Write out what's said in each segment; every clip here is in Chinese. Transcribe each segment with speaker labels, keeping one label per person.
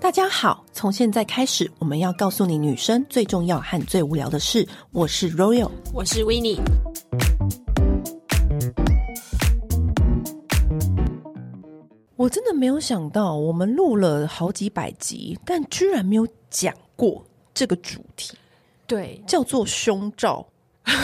Speaker 1: 大家好，从现在开始，我们要告诉你女生最重要和最无聊的事。我是 Royal，
Speaker 2: 我是 w i n n i e
Speaker 1: 我真的没有想到，我们录了好几百集，但居然没有讲过这个主题，
Speaker 2: 对
Speaker 1: 叫做胸罩、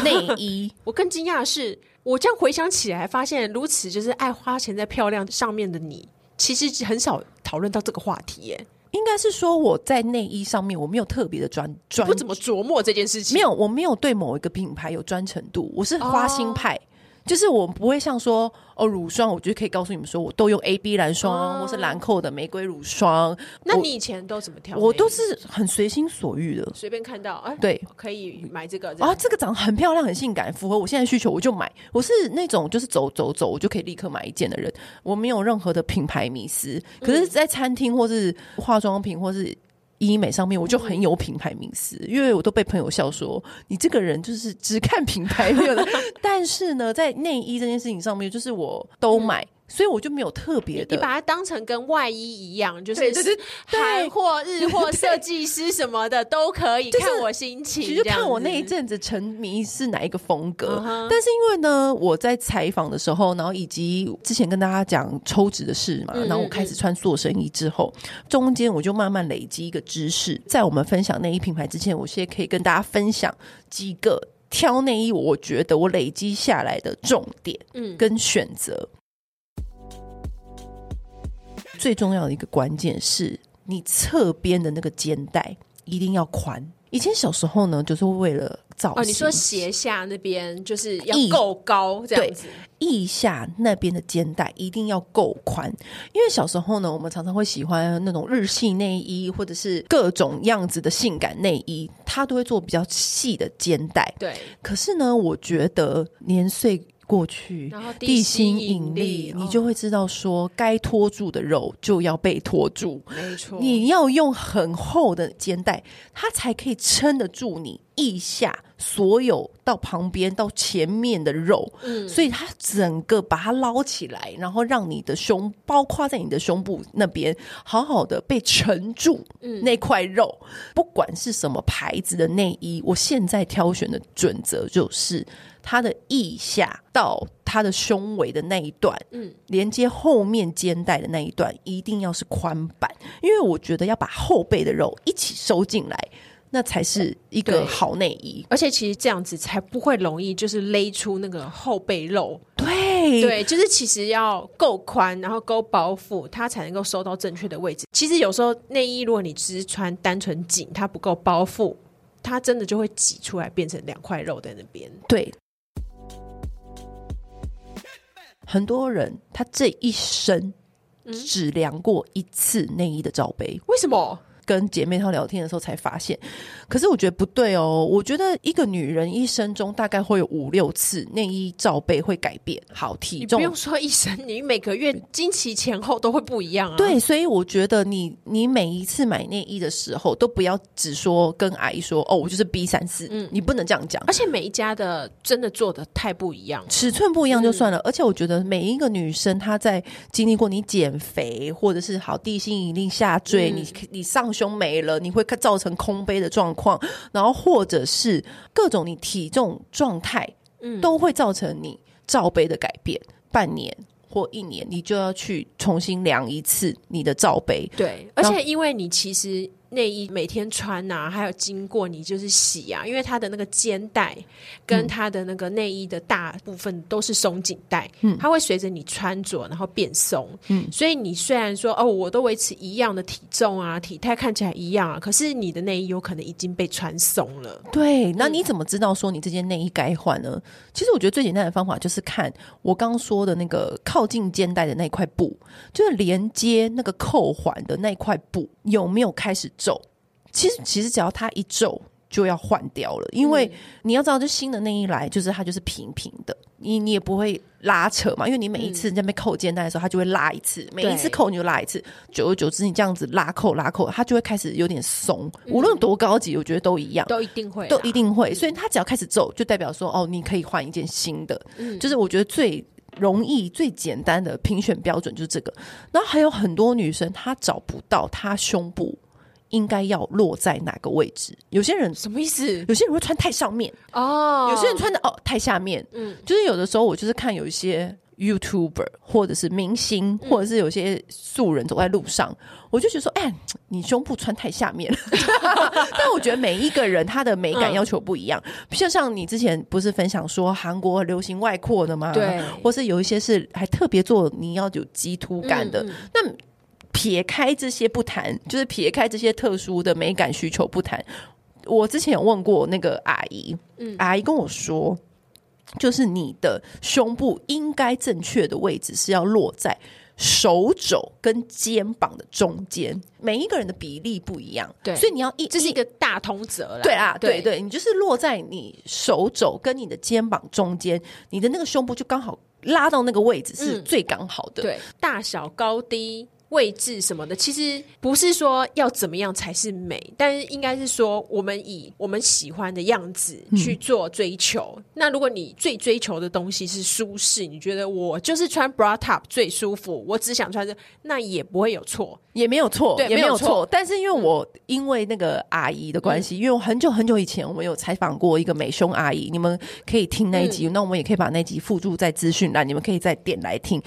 Speaker 1: 内衣。
Speaker 2: 我更惊讶的是，我这样回想起来，发现如此就是爱花钱在漂亮上面的你，其实很少讨论到这个话题耶，
Speaker 1: 应该是说我在内衣上面我没有特别的专专
Speaker 2: 不，怎么琢磨这件事情。
Speaker 1: 没有，我没有对某一个品牌有专程度，我是花心派。就是我不会像说哦，乳霜，我就可以告诉你们说，我都用 A B 蓝霜，或是兰蔻的玫瑰乳霜。
Speaker 2: 那你以前都怎么挑内衣？
Speaker 1: 我都是很随心所欲的
Speaker 2: 随便看到，哎、
Speaker 1: 对，
Speaker 2: 可以买这个。这
Speaker 1: 啊，
Speaker 2: 样
Speaker 1: 这个长得很漂亮，很性感，符合我现在需求，我就买。我是那种就是走走走，我就可以立刻买一件的人，我没有任何的品牌迷思。可
Speaker 2: 嗯
Speaker 1: 是，在餐厅或是化妆品或是医美上面，我就很
Speaker 2: 嗯
Speaker 1: 有品牌迷思，因为我都被朋友笑说你这个人就是只看品牌，没有 的。但是呢，在内衣这件事情上面，就是我都买，所以我就没有特别
Speaker 2: 嗯你把
Speaker 1: 的。
Speaker 2: 它当成跟外衣一样，就是
Speaker 1: 对对对对
Speaker 2: 韩货、日货、设计师什么的都可以，
Speaker 1: 就是
Speaker 2: 看我心情。
Speaker 1: 其实
Speaker 2: 这样
Speaker 1: 看我那
Speaker 2: 子
Speaker 1: 一阵子沉迷是哪一个风格
Speaker 2: 嗯哼
Speaker 1: 但是因为呢，我在采访的时候，然后以及之前跟大家讲抽脂的事嘛，
Speaker 2: 嗯嗯
Speaker 1: 然后我开始穿塑身衣之后，中间我就慢慢累积一个知识。在我们分享内衣品牌之前，我先可以跟大家分享几个挑内衣，我觉得我累积下来的重点
Speaker 2: 嗯
Speaker 1: 跟选择。最重要的一个关键是你侧边的那个肩带一定要宽。以前小时候呢，就是为了造型，
Speaker 2: 哦，你说斜下那边就是要
Speaker 1: 翼
Speaker 2: 够高这样
Speaker 1: 对
Speaker 2: 子，
Speaker 1: 腋下那边的肩带一定要够宽，因为小时候呢，我们常常会喜欢那种日系内衣，或者是各种样子的性感内衣，它都会做比较细的肩带。
Speaker 2: 对，
Speaker 1: 可是呢，我觉得年岁过去，
Speaker 2: 然后
Speaker 1: 地
Speaker 2: 心
Speaker 1: 心引力，你
Speaker 2: 哦
Speaker 1: 就会知道说，该拖住的肉就要被拖住。
Speaker 2: 没错，
Speaker 1: 你要用很厚的肩带，它才可以撑得住你腋下所有到旁边到前面的肉，
Speaker 2: 嗯
Speaker 1: 所以它整个把它捞起来，然后让你的胸，包括在你的胸部那边，好好的被沉住
Speaker 2: 嗯
Speaker 1: 那块肉。不管是什么牌子的内衣，我现在挑选的准则就是它的腋下到它的胸围的那一段，
Speaker 2: 嗯
Speaker 1: 嗯，连接后面肩带的那一段一定要是宽版，因为我觉得要把后背的肉一起收进来，那才是一
Speaker 2: 对
Speaker 1: 个好内衣。
Speaker 2: 而且其实这样子才不会容易就是勒出那个后背肉，
Speaker 1: 对
Speaker 2: 对，就是其实要够宽，然后够包覆，它才能够收到正确的位置。其实有时候内衣如果你只是穿单纯紧，它不够包覆，它真的就会挤出来变成两块肉在那边。
Speaker 1: 对，很多人他这一生只量过一次内衣的罩杯。
Speaker 2: 为什么？
Speaker 1: 跟姐妹她聊天的时候才发现，可是我觉得不对哦。我觉得一个女人一生中大概会有五六次内衣罩杯会改变，好体
Speaker 2: 你不
Speaker 1: 重
Speaker 2: 用说一生，你每个月经期前后都会不一样啊。
Speaker 1: 对，所以我觉得你你每一次买内衣的时候，都不要只说跟阿姨说哦，我就是 B 三四，
Speaker 2: 嗯
Speaker 1: 你不能这样讲。
Speaker 2: 而且每一家的真的做的太不一样。
Speaker 1: 尺寸不一样就算了，而且我觉得每一个女生她在经历过你减肥，或者是好地心引力下坠，你你上胸没了，你会造成空杯的状况，然后或者是各种你体重状态，都会造成你罩杯的改变，半年或一年，你就要去重新量一次你的罩杯，
Speaker 2: 对，而且因为你其实内衣每天穿呐、还有经过你就是洗啊，因为它的那个肩带跟它的那个内衣的大部分都是松紧带，它会随着你穿着然后变松，所以你虽然说哦，我都维持一样的体重啊，体态看起来一样啊，可是你的内衣有可能已经被穿松了。
Speaker 1: 对，那你怎么知道说你这件内衣该换呢？其实我觉得最简单的方法就是看我刚说的那个靠近肩带的那块布，就是连接那个扣环的那块布有没有开始皱。其实，其实只要它一皱就要换掉了，因为你要知道，就新的内衣来，就是它就是平平的，你你也不会拉扯嘛，因为你每一次在那边扣肩带的时候，它就会拉一次，每一次
Speaker 2: 对
Speaker 1: 扣你就拉一次，久而久之，你这样子拉扣拉扣，它就会开始有点松。无论多高级，我觉得都一样。
Speaker 2: 都一定会啦，
Speaker 1: 都一定会。所以他只要开始皱，就代表说哦，你可以换一件新的。就是我觉得最容易、最简单的评选标准就是这个。然后还有很多女生她找不到她胸部应该要落在哪个位置，有些人。
Speaker 2: 什么意思？
Speaker 1: 有些人会穿太上面，
Speaker 2: 哦，
Speaker 1: 有些人穿的哦太下面，嗯
Speaker 2: 嗯，
Speaker 1: 就是有的时候我就是看有一些 YouTuber 或者是明星，
Speaker 2: 嗯
Speaker 1: 或者是有些素人走在路上，我就觉得说，哎，你胸部穿太下 面了。但我觉得每一个人他的美感
Speaker 2: 嗯
Speaker 1: 要求不一样，就像你之前不是分享说韩国流行外扩的吗？
Speaker 2: 对
Speaker 1: 或是有一些是还特别做你要有鸡突感的，
Speaker 2: 嗯嗯
Speaker 1: 那撇开这些不谈，就是撇开这些特殊的美感需求不谈，我之前有问过那个阿姨，
Speaker 2: 嗯
Speaker 1: 阿姨跟我说。就是你的胸部应该正确的位置是要落在手肘跟肩膀的中间，每一个人的比例不一样，
Speaker 2: 对
Speaker 1: 所以你要一
Speaker 2: 这是一个大通则啦。
Speaker 1: 对啊，对
Speaker 2: 对
Speaker 1: 对，你就是落在你手肘跟你的肩膀中间，你的那个胸部就刚好拉到那个位置是
Speaker 2: 嗯
Speaker 1: 最刚好的。
Speaker 2: 对，大小、高低、位置什么的，其实不是说要怎么样才是美，但是应该是说我们以我们喜欢的样子去做追求。那如果你最追求的东西是舒适，你觉得我就是穿 bra top 最舒服，我只想穿这，那也不会有错。
Speaker 1: 也没有错，
Speaker 2: 对
Speaker 1: 也没
Speaker 2: 没
Speaker 1: 有
Speaker 2: 有错嗯
Speaker 1: 错。但是因为我因为那个阿姨的关系，因为我很久很久以前我们有采访过一个美胸阿姨，你们可以听那一
Speaker 2: 嗯
Speaker 1: 集，那我们也可以把那集附注在资讯栏，你们可以再点来听。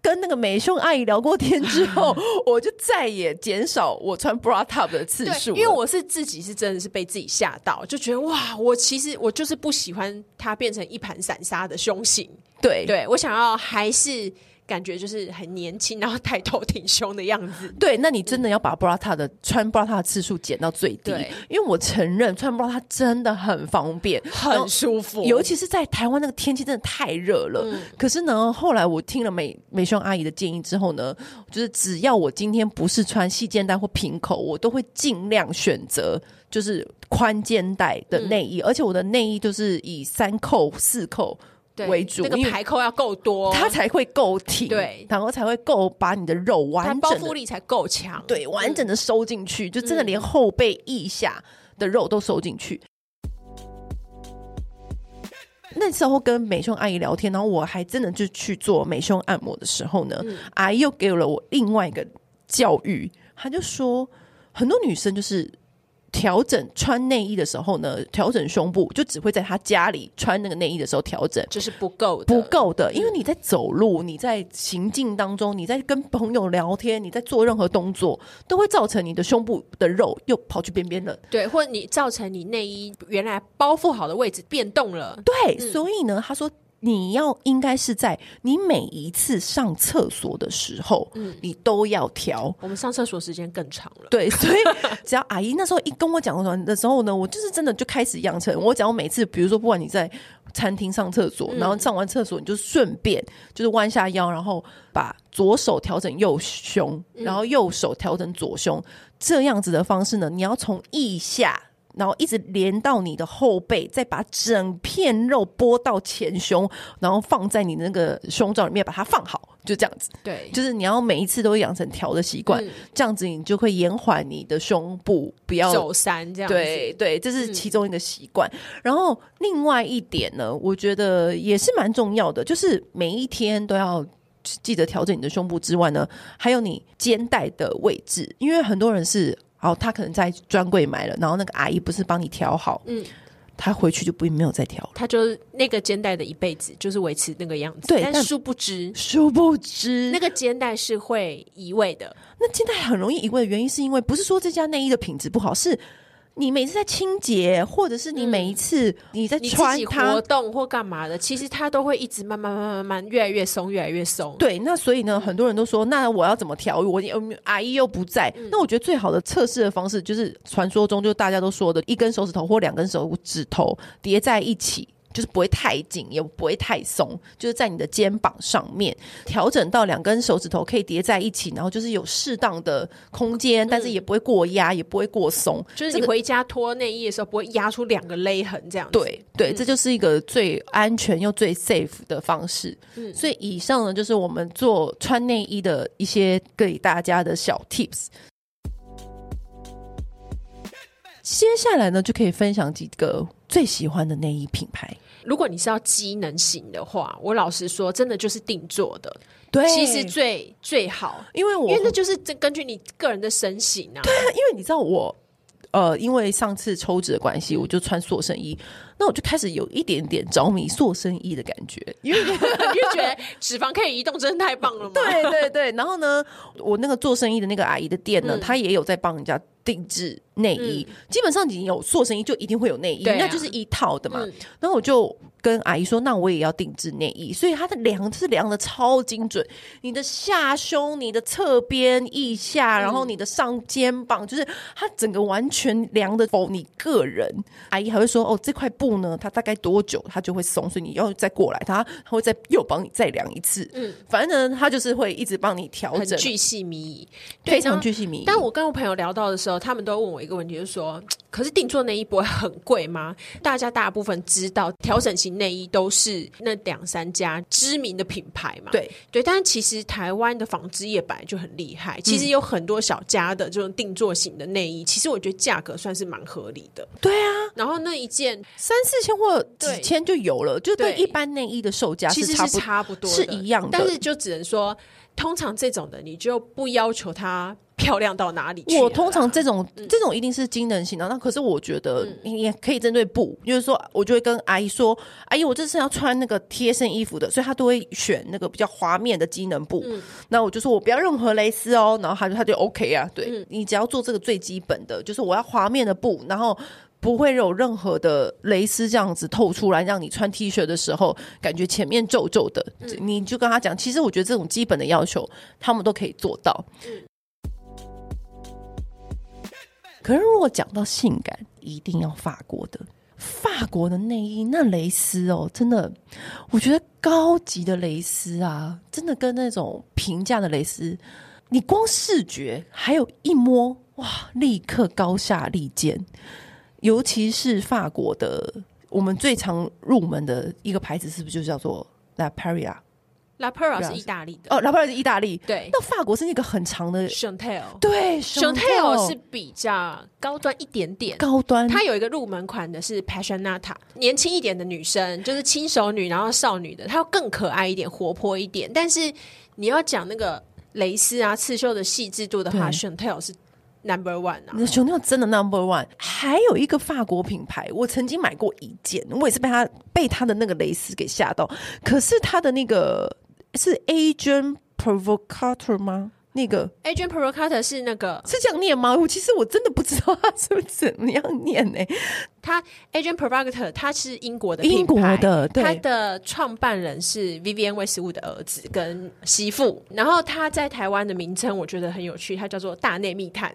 Speaker 1: 跟那个美胸阿姨聊过天之 后，我就再也减少我穿 bra top 的次
Speaker 2: 对，
Speaker 1: 数了，
Speaker 2: 因为我是自己是真的是被自己吓到，就觉得哇，我其实我就是不喜欢它变成一盘散沙的胸型。
Speaker 1: 对
Speaker 2: 对我想要还是感觉就是很年轻，然后抬头挺胸的样子。
Speaker 1: 对，那你真的要把 bra t a 的穿 bra t a 的次数减到最低
Speaker 2: 对，
Speaker 1: 因为我承认穿 bra t a 真的很方便，然后
Speaker 2: 很舒服，
Speaker 1: 尤其是在台湾那个天气真的太热了。可是呢，后来我听了美美胸阿姨的建议之后呢，就是只要我今天不是穿细肩带或平口，我都会尽量选择就是宽肩带的内衣，而且我的内衣就是以三扣四扣。
Speaker 2: 对
Speaker 1: 为主，
Speaker 2: 那
Speaker 1: 因
Speaker 2: 个
Speaker 1: 为
Speaker 2: 排扣要够多，
Speaker 1: 它才会够挺，
Speaker 2: 哦对
Speaker 1: 然后才会够把你的肉完
Speaker 2: 它
Speaker 1: 整
Speaker 2: 包
Speaker 1: 的
Speaker 2: 覆力才够强。
Speaker 1: 对，完整的收进去，就真的连后背腋下的肉都收进去。那时候跟美胸阿姨聊天，然后我还真的就去做美胸按摩的时候呢，阿姨又给了我另外一个教育，她就说很多女生就是调整穿内衣的时候呢，调整胸部就只会在她家里穿那个内衣的时候调整，
Speaker 2: 就是不够的，
Speaker 1: 不。够的，因为你在走路、你在行进当中、你在跟朋友聊天、你在做任何动作，都会造成你的胸部的肉又跑去边边了。
Speaker 2: 对，或者你造成你内衣原来包覆好的位置变动了，
Speaker 1: 对，所以呢，他说你要应该是在你每一次上厕所的时候，你都要调。
Speaker 2: 我们上厕所时间更长了。
Speaker 1: 对，所以只要阿姨那时候一跟我讲的时候呢，我就是真的就开始养成，我只要每次，比如说不管你在餐厅上厕所，然后上完厕所，你就顺便就是弯下腰，然后把左手调整右胸，然后右手调整左胸，这样子的方式呢，你要从腋下。然后一直连到你的后背，再把整片肉拨到前胸，然后放在你那个胸罩里面，把它放好，就这样子。
Speaker 2: 对，
Speaker 1: 就是你要每一次都养成调的习惯，
Speaker 2: 嗯
Speaker 1: 这样子你就会延缓你的胸部不要
Speaker 2: 走山这样子。
Speaker 1: 对对，这是其中一个习惯。然后另外一点呢，我觉得也是蛮重要的，就是每一天都要。记得调整你的胸部之外呢，还有你肩带的位置，因为很多人是哦，他可能在专柜买了，然后那个阿姨不是帮你调好，嗯
Speaker 2: 嗯，
Speaker 1: 他回去就不没有再调了。
Speaker 2: 它就是那个肩带的一辈子，就是维持那个样子。
Speaker 1: 对但
Speaker 2: 但殊不知，
Speaker 1: 殊不知，
Speaker 2: 那个肩带是会移位的。
Speaker 1: 那肩带很容易移位的原因，是因为不是说这家内衣的品质不好，是你每次在清洁，或者是你每一次你在
Speaker 2: 你自
Speaker 1: 穿
Speaker 2: 己
Speaker 1: 它
Speaker 2: 活，动或干嘛的，其实它都会一直慢慢、慢慢、慢慢，越来越松，越来越松。
Speaker 1: 对，那所以呢，很多人都说，那我要怎么调？我嗯阿姨又不在，那我觉得最好的测试的方式就是传说中就大家都说的一根手指头或两根手指头叠在一起。就是不会太紧，也不会太松，就是在你的肩膀上面调整到两根手指头可以叠在一起，然后就是有适当的空间，但是也不会过压，也不会过松。
Speaker 2: 就是
Speaker 1: 这
Speaker 2: 你
Speaker 1: 个
Speaker 2: 回家脱内衣的时候，不会压出两个勒痕这样子。
Speaker 1: 对对，这就是一个最安全又最 safe 的方式。
Speaker 2: 嗯
Speaker 1: 所以以上呢，就是我们做穿内衣的一些给大家的小 tips。接下来呢，就可以分享几个最喜欢的内衣品牌。
Speaker 2: 如果你是要机能型的话，我老实说，真的就是定做的，
Speaker 1: 对，
Speaker 2: 其实最最好，
Speaker 1: 因为我
Speaker 2: 因为那就是这根据你个人的身形
Speaker 1: 因
Speaker 2: 啊。
Speaker 1: 为你知道我，呃，因为上次抽脂的关系，我就穿塑身衣，那我就开始有一点点着迷塑身衣的感觉，因为
Speaker 2: 你就觉得脂肪可以移动，真的太棒了嘛？
Speaker 1: 啊 对对对，然后呢，我那个做生意的那个阿姨的店
Speaker 2: 嗯
Speaker 1: 呢，她、也有在帮人家定制内衣，基本上你有做生意就一定会有内衣，
Speaker 2: 对啊
Speaker 1: 那就是一套的嘛。
Speaker 2: 嗯
Speaker 1: 然后我就跟阿姨说，那我也要定制内衣，所以她的量是量的超精准，你的下胸、你的侧边、腋下，
Speaker 2: 嗯
Speaker 1: 然后你的上肩膀，就是她整个完全量的否你个人。阿姨还会说，哦，这块布呢，它大概多久它就会松，所以你要再过来，她她会再又帮你再量一次。嗯，反正呢，她就是会一直帮你调
Speaker 2: 很
Speaker 1: 整，
Speaker 2: 巨细靡遗，对
Speaker 1: 非常巨细靡遗。
Speaker 2: 但我跟我朋友聊到的时候，他们都问我一个问题，就是说，可是定做内衣不会很贵吗？大家大部分知道调整型内衣都是那两三家知名的品牌嘛，
Speaker 1: 对
Speaker 2: 对。但是其实台湾的纺织业本来就很厉害，
Speaker 1: 嗯
Speaker 2: 其实有很多小家的这种定做型的内衣，其实我觉得价格算是蛮合理的。
Speaker 1: 对啊，
Speaker 2: 然后那一件
Speaker 1: 三四千或
Speaker 2: 对
Speaker 1: 几千就有了，就对
Speaker 2: 对
Speaker 1: 一般内衣的售价
Speaker 2: 其
Speaker 1: 是
Speaker 2: 实
Speaker 1: 差
Speaker 2: 是
Speaker 1: 不多。
Speaker 2: 差不多的
Speaker 1: 是一样的
Speaker 2: 但是就只能说，通常这种的你就不要求它漂亮到哪里去了啦。嗯
Speaker 1: 我通常这种、这种一定是机能型的，那可是我觉得你也可以针对布，就是说我就会跟阿姨说，阿姨我这次要穿那个贴身衣服的，所以她都会选那个比较滑面的机能布。
Speaker 2: 嗯
Speaker 1: 那我就说我不要任何蕾丝哦，然后她就她就 OK 啊，对、
Speaker 2: 嗯
Speaker 1: 你只要做这个最基本的，就是我要滑面的布，然后。不会有任何的蕾丝这样子透出来，让你穿 T 恤的时候感觉前面皱皱的。
Speaker 2: 嗯
Speaker 1: 你就跟他讲，其实我觉得这种基本的要求，他们都可以做到。可是如果讲到性感，一定要法国的。法国的内衣那蕾丝哦，真的，我觉得高级的蕾丝啊，真的跟那种平价的蕾丝，你光视觉还有一摸，哇，立刻高下立见。尤其是法国的，我们最常入门的一个牌子，是不是就叫做 La Paria？
Speaker 2: La Pera 是意大利的，
Speaker 1: 哦，La Paria 是意大利，
Speaker 2: 对
Speaker 1: 那法国是那个很长的，
Speaker 2: ，Chanel。
Speaker 1: 对
Speaker 2: Chanel 是比较高端一点点，
Speaker 1: 高端，
Speaker 2: 它有一个入门款的是 Passionata，年轻一点的女生，就是轻熟女，然后少女的，它要更可爱一点、活泼一点。但是你要讲那个蕾丝啊、刺绣的细致度的
Speaker 1: 对
Speaker 2: 话
Speaker 1: 嗯
Speaker 2: ，Chanel 是 number one 啊
Speaker 1: 你。的熊尿真的 number one，还有一个法国品牌，我曾经买过一件，我也是被它被它的那个蕾丝给吓到。可是它的那个是 Asian Provocator 吗？那个
Speaker 2: Adrian Provocata 是那个
Speaker 1: 是这样念吗？我其实我真的不知道它是不是怎么样念呢、
Speaker 2: 它 Adrian Provocator，它是英国 的
Speaker 1: 英国
Speaker 2: 品牌
Speaker 1: 的对
Speaker 2: 它的创办人是 Vivian Westwood 的儿子跟媳妇，然后他在台湾的名称我觉得很有趣，它叫做大内 密探，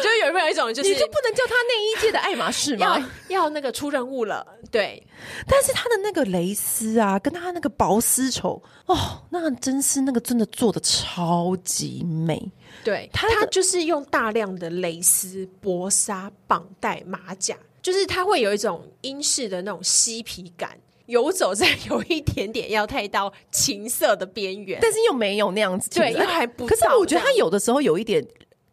Speaker 2: 就是有没有一种就是
Speaker 1: 你就不能叫它内衣界的爱马仕
Speaker 2: 要
Speaker 1: 吗？
Speaker 2: 要那个出任务了，对，
Speaker 1: 但是它的那个蕾丝啊，跟它那个薄丝绸，哦，那真是那个真的做的超级美。
Speaker 2: 对，
Speaker 1: 它
Speaker 2: 它
Speaker 1: 的
Speaker 2: 就是用大量的蕾丝、薄纱、绑带、马甲，就是它会有一种英式的那种嬉皮感，游走在有一点点要太到情色的边缘。
Speaker 1: 但是又没有那样子，
Speaker 2: 对
Speaker 1: 其实
Speaker 2: 又还不
Speaker 1: 可是
Speaker 2: 到
Speaker 1: 我觉得
Speaker 2: 这
Speaker 1: 他
Speaker 2: 样
Speaker 1: 有的时候有一点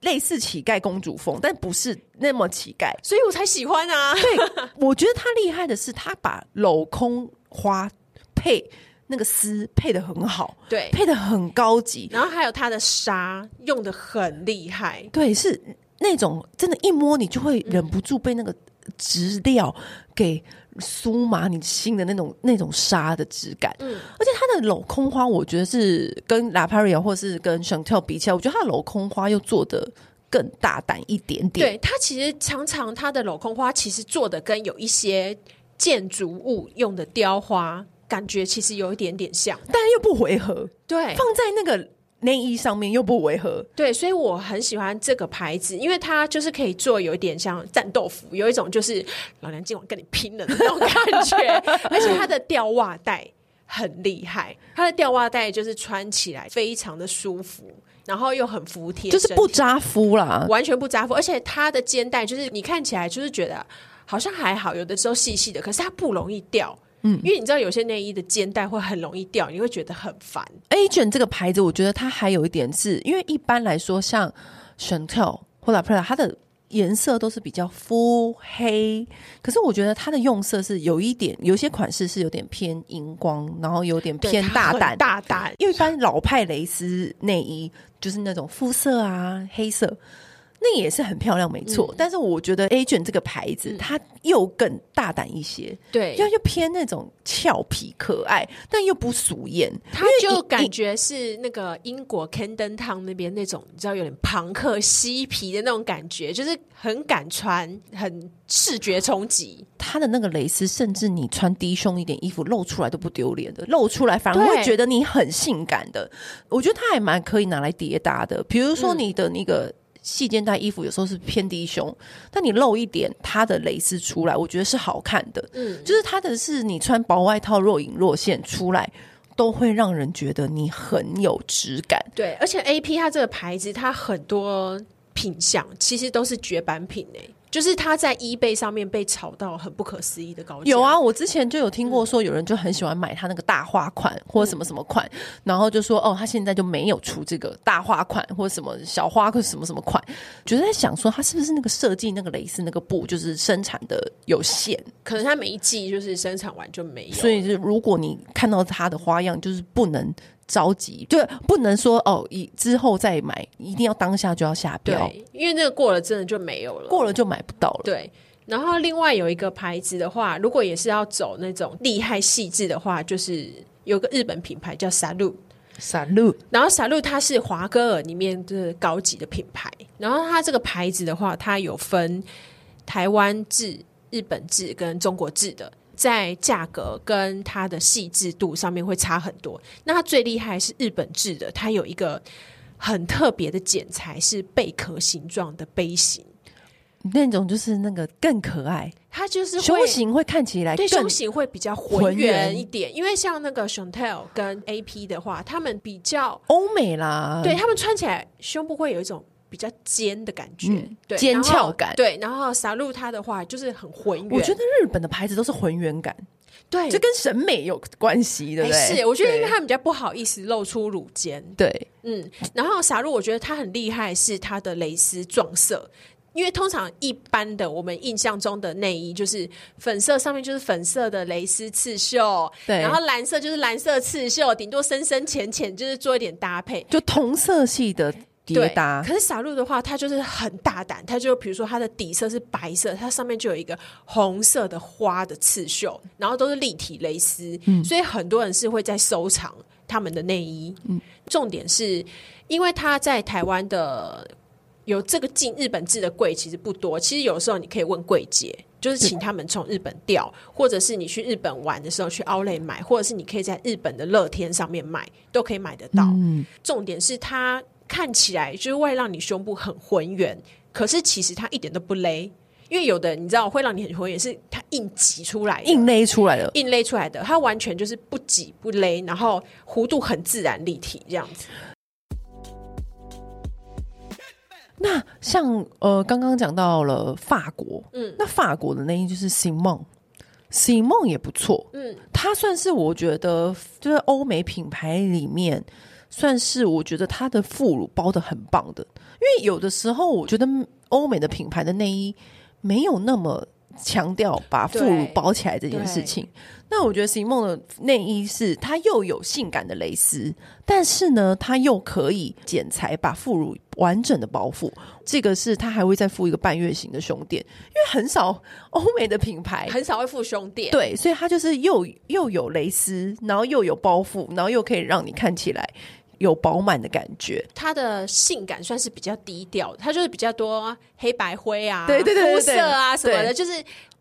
Speaker 1: 类似乞丐公主风，但不是那么乞丐。
Speaker 2: 所以我才喜欢啊！
Speaker 1: 对，我觉得他厉害的是他把镂空花配那个丝配的很好，
Speaker 2: 对
Speaker 1: 配的很高级。
Speaker 2: 然后还有它的纱用的很厉害，
Speaker 1: 对，是那种真的，一摸你就会忍不住被那个质料给酥麻你心的那种那种纱的质感。嗯，而且它的镂空花，我觉得是跟 La Paria 或是跟 Chantel 比起来，我觉得它的镂空花又做的更大胆一点点。
Speaker 2: 对它其实常常它的镂空花其实做的跟有一些建筑物用的雕花感觉其实有一点点像，
Speaker 1: 但又不违和，
Speaker 2: 对
Speaker 1: 放在那个内衣上面又不违和。
Speaker 2: 对，所以我很喜欢这个牌子，因为它就是可以做有一点像战斗服，有一种就是老娘今晚跟你拼了的那种感 觉，而且它的吊袜带很厉害，它的吊袜带就是穿起来非常的舒服，然后又很服帖，
Speaker 1: 就是不扎肤啦，
Speaker 2: 完全不扎肤，而且它的肩带就是你看起来就是觉得好像还好，有的时候细细的，可是它不容易掉。嗯，因为你知道有些内衣的肩带会很容易掉，你会觉得很烦。
Speaker 1: Agent 这个牌子，我觉得它还有一点是因为一般来说，像 Chantel 或 La Prada，它的颜色都是比较肤黑，可是我觉得它的用色是有一点，有些款式是有点偏荧光，然后有点
Speaker 2: 对
Speaker 1: 偏
Speaker 2: 它
Speaker 1: 大
Speaker 2: 很
Speaker 1: 胆，
Speaker 2: 大胆，
Speaker 1: 因为一般老派蕾丝内衣就是那种肤色啊、黑色，那也是很漂亮，没
Speaker 2: 嗯
Speaker 1: 错。但是我觉得 A 卷这个牌子，它又更大胆一些，
Speaker 2: 对，
Speaker 1: 要就偏那种俏皮可爱，但又不俗艳。
Speaker 2: 他
Speaker 1: 因为
Speaker 2: 就
Speaker 1: 你
Speaker 2: 感
Speaker 1: 你
Speaker 2: 觉是那个英国 Camden Town 那边那种，你知道有点朋克嬉皮的那种感觉，就是很敢穿，很视觉冲击。
Speaker 1: 它的那个蕾丝，甚至你穿低胸一点衣服露出来都不丢脸的，露出来反而会
Speaker 2: 对
Speaker 1: 觉得你很性感的。我觉得它还蛮可以拿来叠搭的，比如说
Speaker 2: 嗯
Speaker 1: 你的那个。细肩带衣服有时候是偏低胸，但你露一点它的蕾丝出来，我觉得是好看的。
Speaker 2: 嗯，
Speaker 1: 就是它的是你穿薄外套若隐若现出来，都会让人觉得你很有质感。
Speaker 2: 对，而且 A P 它这个牌子，它很多品相其实都是绝版品诶、就是它在 eBay 上面被炒到很不可思议的高价。
Speaker 1: 有，啊，我之前就有听
Speaker 2: 嗯
Speaker 1: 过说，有人就很喜欢买他那个大花款或者什么什么款，然后就说哦，他现在就没有出这个大花款或者什么小花款什么什么款，就在想说他是不是那个设计那个蕾丝那个布就是生产的有限，
Speaker 2: 可能它每一季就是生产完就没有，
Speaker 1: 所以就是如果你看到他的花样，就是不能着急，就不能说哦，以之后再买，一定要当下就要下标，
Speaker 2: 对，因为那个过了真的就没有了，
Speaker 1: 过了就买不到了。
Speaker 2: 对，然后另外有一个牌子的话，如果也是要走那种厉害细致的话，就是有个日本品牌叫 Salu。
Speaker 1: 散路
Speaker 2: 然后 Salu 它是华歌尔里面的呃高级的品牌，然后它这个牌子的话，它有分台湾制、日本制跟中国制的，在价格跟它的细致度上面会差很多。那它最厉害是日本制的，它有一个很特别的剪裁是贝壳形状的杯型，
Speaker 1: 那种就是那个更可爱，
Speaker 2: 它就是会
Speaker 1: 胸型会看起来
Speaker 2: 对，
Speaker 1: 更
Speaker 2: 胸型会比较
Speaker 1: 浑
Speaker 2: 浑
Speaker 1: 圆
Speaker 2: 圆一点，因为像那个 Chantel 跟 AP 的话，他们比较，
Speaker 1: 欧美啦，
Speaker 2: 对他们穿起来胸部会有一种比较尖的感觉，
Speaker 1: 嗯
Speaker 2: 对，
Speaker 1: 尖
Speaker 2: 然后
Speaker 1: 翘感
Speaker 2: 对，然后 Salu 它的话就是很浑圆，
Speaker 1: 我觉得日本的牌子都是浑圆感，
Speaker 2: 对，
Speaker 1: 这跟审美有关系，对不
Speaker 2: 哎
Speaker 1: 对？
Speaker 2: 是，我觉得因为他们比较不好意思露出乳尖，
Speaker 1: 对
Speaker 2: 嗯，然后 Salu 我觉得它很厉害，是它的蕾丝撞色。因为通常一般的我们印象中的内衣就是粉色，上面就是粉色的蕾丝刺绣，
Speaker 1: 对，
Speaker 2: 然后蓝色就是蓝色刺绣，顶多深深浅浅，就是做一点搭配。
Speaker 1: 就同色系的
Speaker 2: 对
Speaker 1: 叠，搭，
Speaker 2: 可是傻露的话，它就是很大胆，它就比如说它的底色是白色，它上面就有一个红色的花的刺绣，然后都是立体蕾丝，所以很多人是会在收藏他们的内衣。重点是因为它在台湾的有这个进日本制的柜其实不多，其实有时候你可以问柜姐。就是请他们从日本调，或者是你去日本玩的时候去 Outlet 买，或者是你可以在日本的乐天上面买，都可以买得到。
Speaker 1: 嗯
Speaker 2: 重点是它看起来就是会让你胸部很浑圆，可是其实它一点都不勒，因为有的你知道会让你很浑圆，是它硬挤出来的
Speaker 1: 硬勒出来了。
Speaker 2: 硬勒出来的，它完全就是不挤不勒，然后弧度很自然立体这样子。
Speaker 1: 那像呃，刚刚讲到了法国，
Speaker 2: 嗯
Speaker 1: 那法国的内衣就是 Simone。Simone 也不错，
Speaker 2: 嗯，
Speaker 1: 它算是我觉得就是欧美品牌里面，算是我觉得它的副乳包的很棒的。因为有的时候我觉得欧美的品牌的内衣没有那么强调把副乳
Speaker 2: 对
Speaker 1: 包起来这件事情。那我觉得 Simone 的内衣是它又有性感的蕾丝，但是呢，它又可以剪裁把副乳完整的包覆。这个是它还会再附一个半月形的胸垫，因为很少欧美的品牌
Speaker 2: 很少会附胸垫。
Speaker 1: 哎对，所以它就是又又有蕾丝，然后又有包覆，然后又可以让你看起来有饱满的感觉。
Speaker 2: 它的性感算是比较低调的，它就是比较多黑白灰啊，
Speaker 1: 对对对对
Speaker 2: 肤色啊
Speaker 1: 对
Speaker 2: 什么的，就是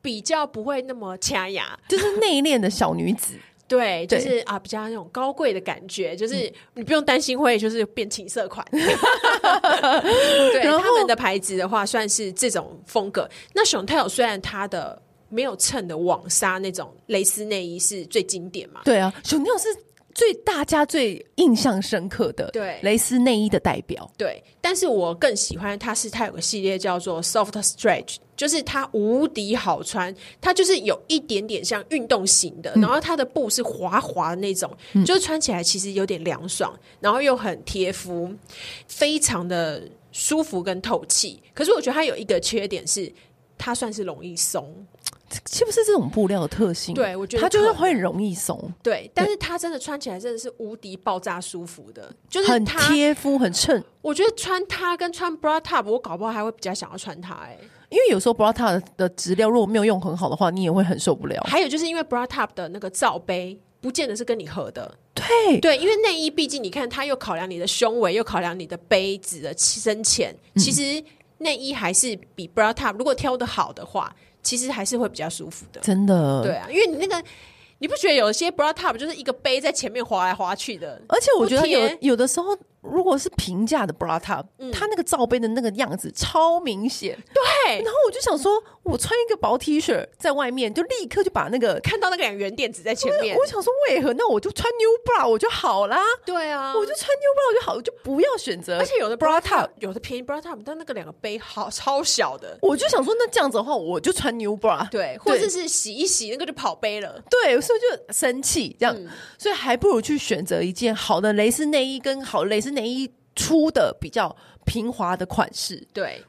Speaker 2: 比较不会那么掐牙。
Speaker 1: 就是内敛的小女 子，
Speaker 2: 对，就
Speaker 1: 对嗯
Speaker 2: 是啊，比较那种高贵的感觉，就是你不用担心会就是变情色 款。对，
Speaker 1: 然后
Speaker 2: 他们的牌子的话，算是这种风格。那 Chanel 虽然它的没有衬的网纱那种蕾丝内衣是最经典嘛，
Speaker 1: 对啊，熊尿是最大家最印象深刻的
Speaker 2: 对
Speaker 1: 蕾丝内衣的代表，
Speaker 2: 对，但是我更喜欢它是它有个系列叫做 Soft Stretch，就是它无敌好穿，它就是有一点点像运动型
Speaker 1: 嗯
Speaker 2: 的，然后它的布是滑滑的那种，就是穿起来其实有点凉爽，然后又很贴肤，非常的舒服跟透气。可是我觉得它有一个缺点是。它算是容易松，
Speaker 1: 是不是这种布料的特性？
Speaker 2: 对我觉得
Speaker 1: 它就是
Speaker 2: 可能
Speaker 1: 会很容易松，
Speaker 2: 对，但是它真的穿起来真的是无敌爆炸舒服的，就是
Speaker 1: 很
Speaker 2: 它，
Speaker 1: 贴肤，很衬。
Speaker 2: 我觉得穿它跟穿 bra top，我搞不好还会比较想要穿它哎、
Speaker 1: 因为有时候 bra t 的的质料如果没有用很好的话，你也会很受不了。
Speaker 2: 还有就是因为 bra top 的那个罩杯。不见得是跟你合的，
Speaker 1: 对，
Speaker 2: 对，因为内衣毕竟你看，它又考量你的胸围，又考量你的杯子的深浅，其实内衣还是比 bra top 如果挑的好的话，其实还是会比较舒服的。
Speaker 1: 真的。
Speaker 2: 对，啊，因为你那个，你不觉得有些 bra top 就是一个杯在前面滑来滑去的？
Speaker 1: 而且我觉得
Speaker 2: 不
Speaker 1: 有
Speaker 2: 贴嗯
Speaker 1: 有的时候，如果是平价的 bra top，、它那个罩杯的那个样子超明显。
Speaker 2: 对，
Speaker 1: 然后我就想说，我穿一个薄 T 恤在外面，就立刻就把那个。
Speaker 2: 看到那个两圆点子在前面
Speaker 1: 我，想说，为何？那我就穿 new bra 我就好啦，
Speaker 2: 对啊，
Speaker 1: 我就穿 new bra 我就好，我就不要选择。
Speaker 2: 而且有的
Speaker 1: bra
Speaker 2: bra
Speaker 1: top，
Speaker 2: top 有的便宜 bra top，但那个两个杯好超小的，
Speaker 1: 我就想说，那这样子的话，我就穿 new bra。
Speaker 2: 对，或者是洗一洗那个就跑杯了。
Speaker 1: 对，所以就生气这样，
Speaker 2: 嗯
Speaker 1: 所以还不如去选择一件好的蕾丝内衣跟好蕾丝内衣出的比较平滑的款式。
Speaker 2: 对。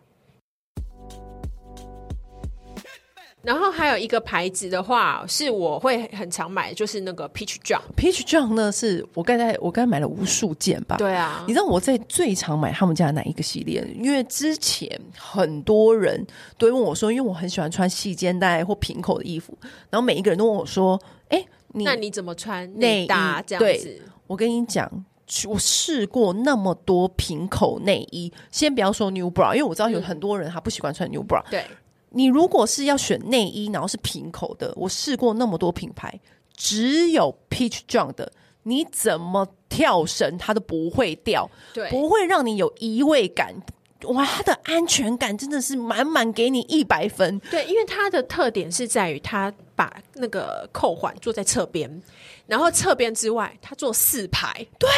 Speaker 2: 然后还有一个牌子的话，是我会很常买，就是那个 Peach Jump。
Speaker 1: Peach John 呢，是我刚才我刚才买了无数件吧。
Speaker 2: 对啊
Speaker 1: 你，知道我在最常买他们家的哪一个系列？因为之前很多人都会问我说，因为我很喜欢穿细肩带或平口的衣服，然后每一个人都问我说：“哎、你
Speaker 2: 那你怎么穿
Speaker 1: 内衣
Speaker 2: 搭这
Speaker 1: 对
Speaker 2: 样子？
Speaker 1: 我跟你讲，我试过那么多平口内衣，先不要说 new bra，因为我知道有很多人他不习惯穿 new bra。
Speaker 2: 对，
Speaker 1: 你如果是要选内衣，然后是平口的，我试过那么多品牌，只有 Peach John 的，你怎么跳绳它都不会掉，
Speaker 2: 对
Speaker 1: 不会让你有移位感。哇，它的安全感真的是满满给你一百分。
Speaker 2: 对，因为它的特点是在于它把那个扣环做在侧边，然后侧边之外，它做四排，
Speaker 1: 对，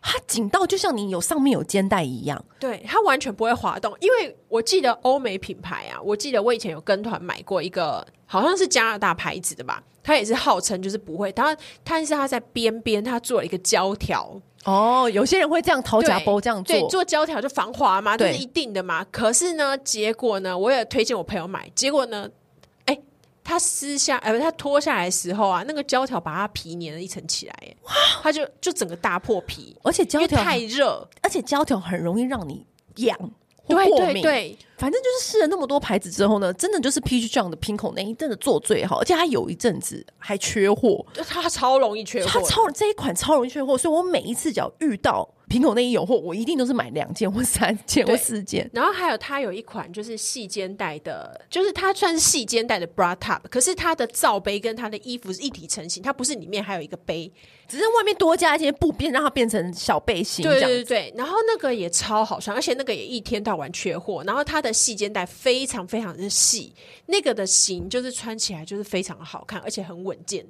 Speaker 1: 它紧到就像你有上面有肩带一样。
Speaker 2: 对，它完全不会滑动，因为我记得欧美品牌啊，我记得我以前有跟团买过一个，好像是加拿大牌子的吧，它也是号称就是不会，它但是它在边边它做了一个胶条，
Speaker 1: 哦，有些人会这样头
Speaker 2: 对
Speaker 1: 夹包这样做，
Speaker 2: 对，做胶条就防滑嘛，这
Speaker 1: 对
Speaker 2: 是一定的嘛。可是呢，结果呢，我也推荐我朋友买，结果呢，哎、他撕下，哎、不，他脱下来的时候啊，那个胶条把它皮粘了一层起来，哎，它就就整个大破皮，
Speaker 1: 而且
Speaker 2: 因
Speaker 1: 胶
Speaker 2: 为
Speaker 1: 条，
Speaker 2: 太热，
Speaker 1: 而且胶条很容易让你痒或
Speaker 2: 对
Speaker 1: 过敏。
Speaker 2: 对对，
Speaker 1: 反正就是试了那么多牌子之后呢，真的就是 Peach John 的平口内衣真的做最好，而且它有一阵子还缺货，
Speaker 2: 就它超容易缺货
Speaker 1: 它
Speaker 2: 的。
Speaker 1: 超这一款超容易缺货，所以我每一次只要遇到平口内衣有货，我一定都是买两件或三件或
Speaker 2: 对
Speaker 1: 四件。
Speaker 2: 然后还有它有一款就是细肩带的，就是它算是细肩带的 bra top，可是它的罩杯跟它的衣服是一体成型，它不是里面还有一个杯。
Speaker 1: 只是外面多加一些布边，让它变成小背心这
Speaker 2: 对
Speaker 1: 样
Speaker 2: 对对对，然后那个也超好穿，而且那个也一天到晚缺货。然后它的细肩带非常非常的细，那个的型就是穿起来就是非常好看，而且很稳健，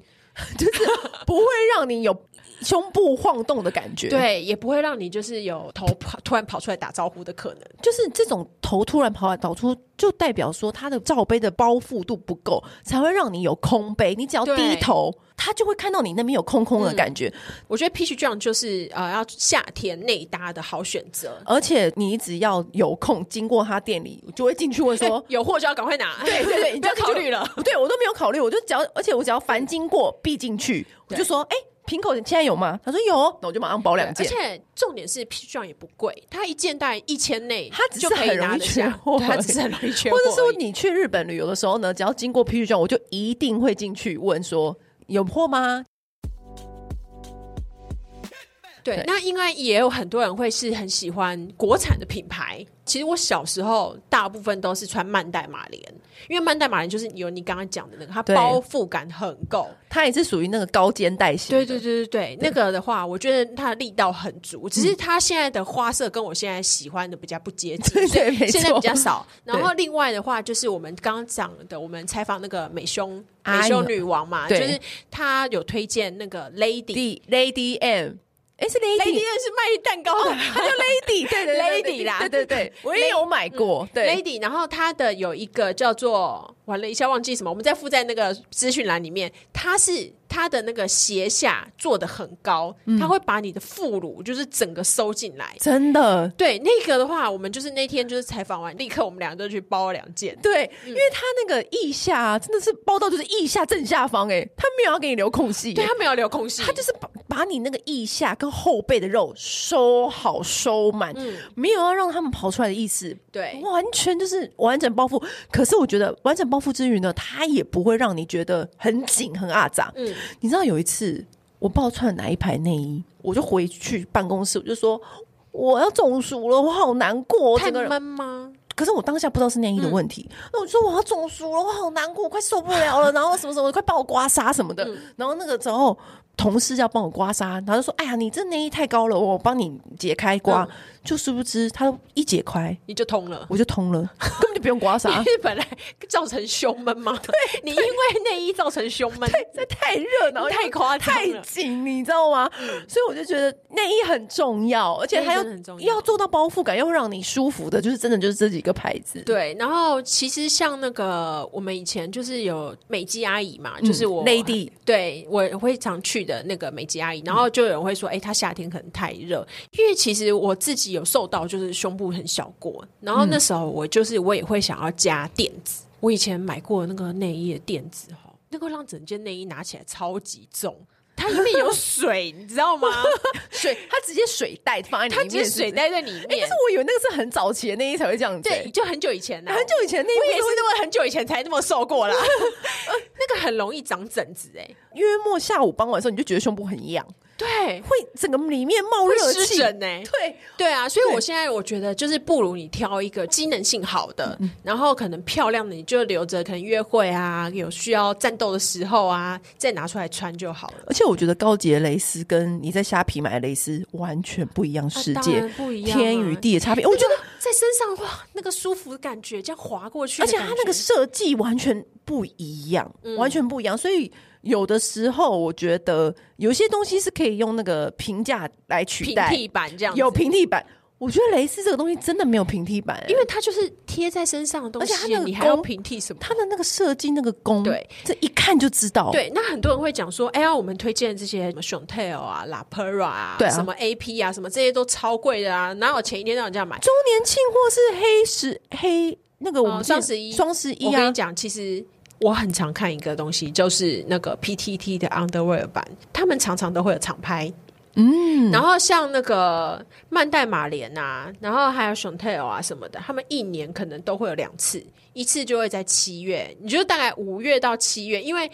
Speaker 1: 不会让你有胸部晃动的感觉。
Speaker 2: 对，也不会让你就是有头跑突然跑出来打招呼的可能。
Speaker 1: 就是这种头突然跑来倒出，就代表说它的罩杯的包覆度不够，才会让你有空杯。你只要
Speaker 2: 对嗯
Speaker 1: 低头，它就会看到你那边有空空的感觉，
Speaker 2: 我觉得 Peach John 就是呃要夏天内搭的好选择。
Speaker 1: 而且你只要有空经过他店里，我就会进去问 说。
Speaker 2: 有货就要赶快拿，对
Speaker 1: 对对，你
Speaker 2: 不要考虑 了。。
Speaker 1: 对我都没有考虑，我就只要，而且我只要凡经过必进去，我就说，哎、平口现在有吗？他说有哦，那我就马上包两件
Speaker 2: 而。且重点是 Peach John 也不贵，它一件带一千内，
Speaker 1: 它只是
Speaker 2: 就可以
Speaker 1: 很容易
Speaker 2: 拿得
Speaker 1: 缺
Speaker 2: 下
Speaker 1: 货
Speaker 2: 对它只是很容易缺 货
Speaker 1: 或
Speaker 2: 而已，
Speaker 1: 者是你去日本旅游的时候呢，只要经过 Peach John，我就一定会进去问说有货吗？
Speaker 2: 对
Speaker 1: 对，
Speaker 2: 那因为也有很多人会是很喜欢国产的品牌。其实我小时候大部分都是穿曼黛玛莲，因为曼黛玛莲就是有你刚刚讲的那个，它
Speaker 1: 对
Speaker 2: 包覆感很够。
Speaker 1: 它也是属于那个高肩带型
Speaker 2: 对
Speaker 1: 的，
Speaker 2: 对对对对，那个的话，我觉得它的力道很足，
Speaker 1: 嗯
Speaker 2: 只是它现在的花色跟我现在喜欢的比较不接 近，
Speaker 1: 对
Speaker 2: 所
Speaker 1: 对没
Speaker 2: 以现在
Speaker 1: 错
Speaker 2: 比较 少。然后另外的话，就是我们刚刚讲的，我们采访那个美胸
Speaker 1: 阿
Speaker 2: 美
Speaker 1: 姨
Speaker 2: 胸女王嘛，就
Speaker 1: 哎对
Speaker 2: 是她有推荐那个 Lady。
Speaker 1: ，D Lady M，哎是
Speaker 2: Lady
Speaker 1: Lady，
Speaker 2: 是卖蛋糕的，
Speaker 1: 它叫 Lady，对对
Speaker 2: Lady 啦
Speaker 1: 对对对，嗯
Speaker 2: 我
Speaker 1: 我
Speaker 2: 也
Speaker 1: 也有买过， 对
Speaker 2: Lady，然后它的有一个叫做完了一下忘记什么，我们再附在那个资讯栏里面。它是它的那个斜下做的很高，
Speaker 1: 嗯
Speaker 2: 它会把你的副乳就是整个收进来。
Speaker 1: 真的，
Speaker 2: 对那个的话，我们就是那天就是采访完，立刻我们俩就去包了两件。
Speaker 1: 对，因为他那个腋下、啊、真的是包到就是腋下正下方、欸，他没有要给你留空隙、
Speaker 2: 对，
Speaker 1: 欸，
Speaker 2: 它没有留空隙，
Speaker 1: 他就是把把你那个腋下跟后背的肉收好收满，没有要让他们跑出来的意思，
Speaker 2: 对
Speaker 1: 完全就是完整包覆。可是我觉得完整包覆之余呢，它也不会让你觉得很紧很阿杂。
Speaker 2: 嗯
Speaker 1: 你知道有一次我不知道穿哪一排内衣，我就回去办公室，我就说。我要中暑了，我好难过，我
Speaker 2: 太
Speaker 1: 整个人
Speaker 2: 闷嗯吗？
Speaker 1: 可是我当下不知道是内衣的问题，那我就说我要中暑了，我好难过，我快受不了 了，然后什么什么，快帮我刮痧什么
Speaker 2: 嗯
Speaker 1: 的。然后那个时候同事要帮我刮痧，他就说：“哎呀，你这内衣太高了，我帮你解开
Speaker 2: 嗯
Speaker 1: 刮。就殊不知他一解开
Speaker 2: 你就通了。
Speaker 1: 我就通 了，根本就不用刮痧
Speaker 2: 因。为本来造成胸闷吗？对， 你因为内衣造成胸闷，
Speaker 1: 这太热，然后又
Speaker 2: 太夸张
Speaker 1: 太
Speaker 2: 了。
Speaker 1: 紧，你知道吗？所以我就觉得内衣很重要，而且它
Speaker 2: 内衣真的很重
Speaker 1: 要
Speaker 2: 要
Speaker 1: 要做到包覆感，要让你舒服的，就是真的就是这几个牌子。
Speaker 2: 对，然后其实像那个我们以前就是有美肌阿姨嘛，
Speaker 1: 嗯，
Speaker 2: 就是我
Speaker 1: lady
Speaker 2: 对我会常去的那个美肌阿姨，然后就有人会说，哎、她夏天可能太热，因为其实我自己有受到就是胸部很小过，然后那
Speaker 1: 嗯
Speaker 2: 时候我就是我也会想要加垫子，我以前买过那个内衣的垫子哈，那个让整件内衣拿起来超级重，它里面有水，你知 道吗？
Speaker 1: 水，它直接水袋放在你
Speaker 2: 它
Speaker 1: 里
Speaker 2: 直
Speaker 1: 面
Speaker 2: 接
Speaker 1: 是不是，
Speaker 2: 水。带在里
Speaker 1: 哎、
Speaker 2: 面
Speaker 1: 但是，我以为那个是很早期的内衣才会这样子、
Speaker 2: 对，就很久以前啦、
Speaker 1: 很久以前那
Speaker 2: 我也
Speaker 1: 衣
Speaker 2: 是那么很久以前才那么瘦过啦， 那个很容易长疹子哎、
Speaker 1: 约莫下午傍晚的时候，你就觉得胸部很痒，
Speaker 2: 对，
Speaker 1: 会整个里面冒
Speaker 2: 会
Speaker 1: 热
Speaker 2: 湿
Speaker 1: 气。
Speaker 2: 疹哎、
Speaker 1: 对，
Speaker 2: 对啊，所以
Speaker 1: 对
Speaker 2: 我现在我觉得就是不如你挑一个机能性好的，然后可能漂亮的你就留着，可能约会啊，有需要战斗的时候啊，再拿出来穿就好了。
Speaker 1: 而且我觉得高级的蕾丝跟你在虾皮买的蕾丝完全不一样，世
Speaker 2: 当
Speaker 1: 界、
Speaker 2: 然不一样啊
Speaker 1: 天与地的差别。我觉得，
Speaker 2: 在身上哇，那个舒服的感觉，这样滑过去
Speaker 1: 而
Speaker 2: 的
Speaker 1: 且
Speaker 2: 感觉，嗯
Speaker 1: 它那个设计完全不一样，完全不一样。所以有的时候，我觉得有些东西是可以用那个评价来取
Speaker 2: 平
Speaker 1: 代，
Speaker 2: 替版这样子
Speaker 1: 有，平替版。我觉得蕾丝这个东西真的没有平替版、哎
Speaker 2: 因为它就是贴在身上的东西，
Speaker 1: 而且它那个
Speaker 2: 你还要
Speaker 1: 勾
Speaker 2: 平替什么？
Speaker 1: 它的那个设计那个弓，
Speaker 2: 对，
Speaker 1: 这一看就知道。，
Speaker 2: 对，那很多人会讲说，哎呀，我们推荐这些什么 Chantel 啊、La Pera 啊、
Speaker 1: 对啊
Speaker 2: 什么 AP 啊，什么这些都超贵的啊，哪有前一天让人家买？
Speaker 1: 周年庆或是黑十黑那个我们
Speaker 2: 哦
Speaker 1: 之前
Speaker 2: 双十一
Speaker 1: 双十一
Speaker 2: 我跟
Speaker 1: 啊
Speaker 2: 你，讲，其实我很常看一个东西，就是那个 PTT 的 Underwear 版，他们常常都会有厂拍。嗯，然后像那个曼黛玛莲啊，然后还有 Chantel 啊什么的，他们一年可能都会有两次，一次就会在七月，你就大概五月到七月，因为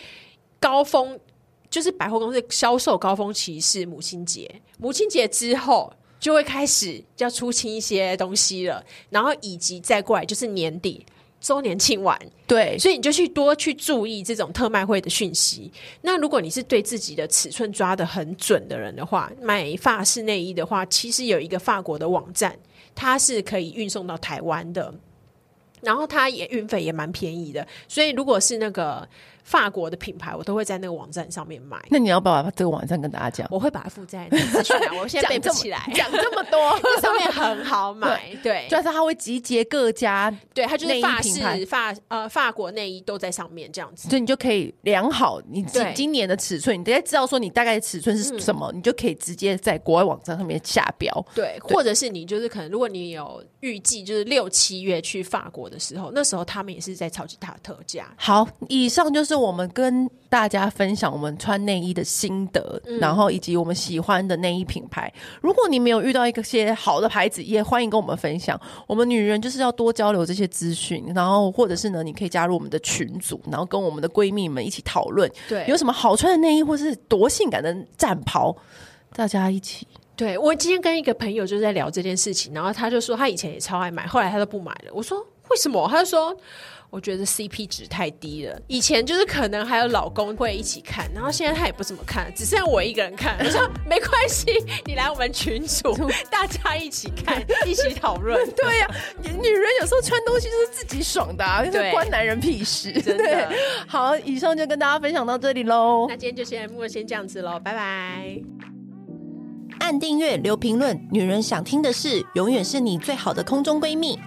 Speaker 2: 高峰就是百货公司销售高峰期是母亲节，母亲节之后就会开始要出清一些东西了，然后以及再过来就是年底周年庆完，
Speaker 1: 对，
Speaker 2: 所以你就去多去注意这种特卖会的讯息。那如果你是对自己的尺寸抓的很准的人的话，买法式内衣的话，其实有一个法国的网站，它是可以运送到台湾的。然后它也运费也蛮便宜的，所以如果是那个法国的品牌，我都会在那个网站上面买。
Speaker 1: 那你要不要把这个网站跟大家 讲？。
Speaker 2: 我会把它附在那个资讯栏，我现在背不起来
Speaker 1: 讲这么多
Speaker 2: 那 上面很好买，对
Speaker 1: 就是它会集结各家，
Speaker 2: 对，它就
Speaker 1: 内
Speaker 2: 是
Speaker 1: 衣
Speaker 2: 法
Speaker 1: 品牌
Speaker 2: 式法呃法国内衣都在上面这样子。
Speaker 1: 所以你就可以量好你今
Speaker 2: 对嗯
Speaker 1: 今年的尺寸，你大概知道说你大概的尺寸是什么，你就可以直接在国外网站上面下标。
Speaker 2: 对，或者是你就是可能，如果你有预计就是六七月去法国的时候，那时候他们也是在超级大特价。
Speaker 1: 好，以上就是我们跟大家分享我们穿内衣的心得，
Speaker 2: 嗯
Speaker 1: 然后以及我们喜欢的内衣品牌。如果你没有遇到一个些好的牌子，也欢迎跟我们分享。我们女人就是要多交流这些资讯，然后或者是呢，你可以加入我们的群组，然后跟我们的闺蜜们一起讨论
Speaker 2: 对
Speaker 1: 有什么好穿的内衣，或是多性感的战袍，大家一起
Speaker 2: 对我今天跟一个朋友就在聊这件事情，然后他就说他以前也超爱买，后来他都不买了。我说为什么？他就说我觉得 CP 值太低了。以前就是可能还有老公会一起看，然后现在他也不怎么看，只剩我一个人看。我说没关系，你来我们群 组，大家一起看，一起讨 论。
Speaker 1: 对呀、女人有时候穿东西就是自己爽的、啊，就是
Speaker 2: 对
Speaker 1: 关男人屁事。
Speaker 2: 真的
Speaker 1: 对，好，以上就跟大家分享到这里喽
Speaker 2: 那。今天就先目先这样子喽，拜拜。
Speaker 1: 按订阅，留评论，女人想听的事，永远是你最好的空中闺蜜。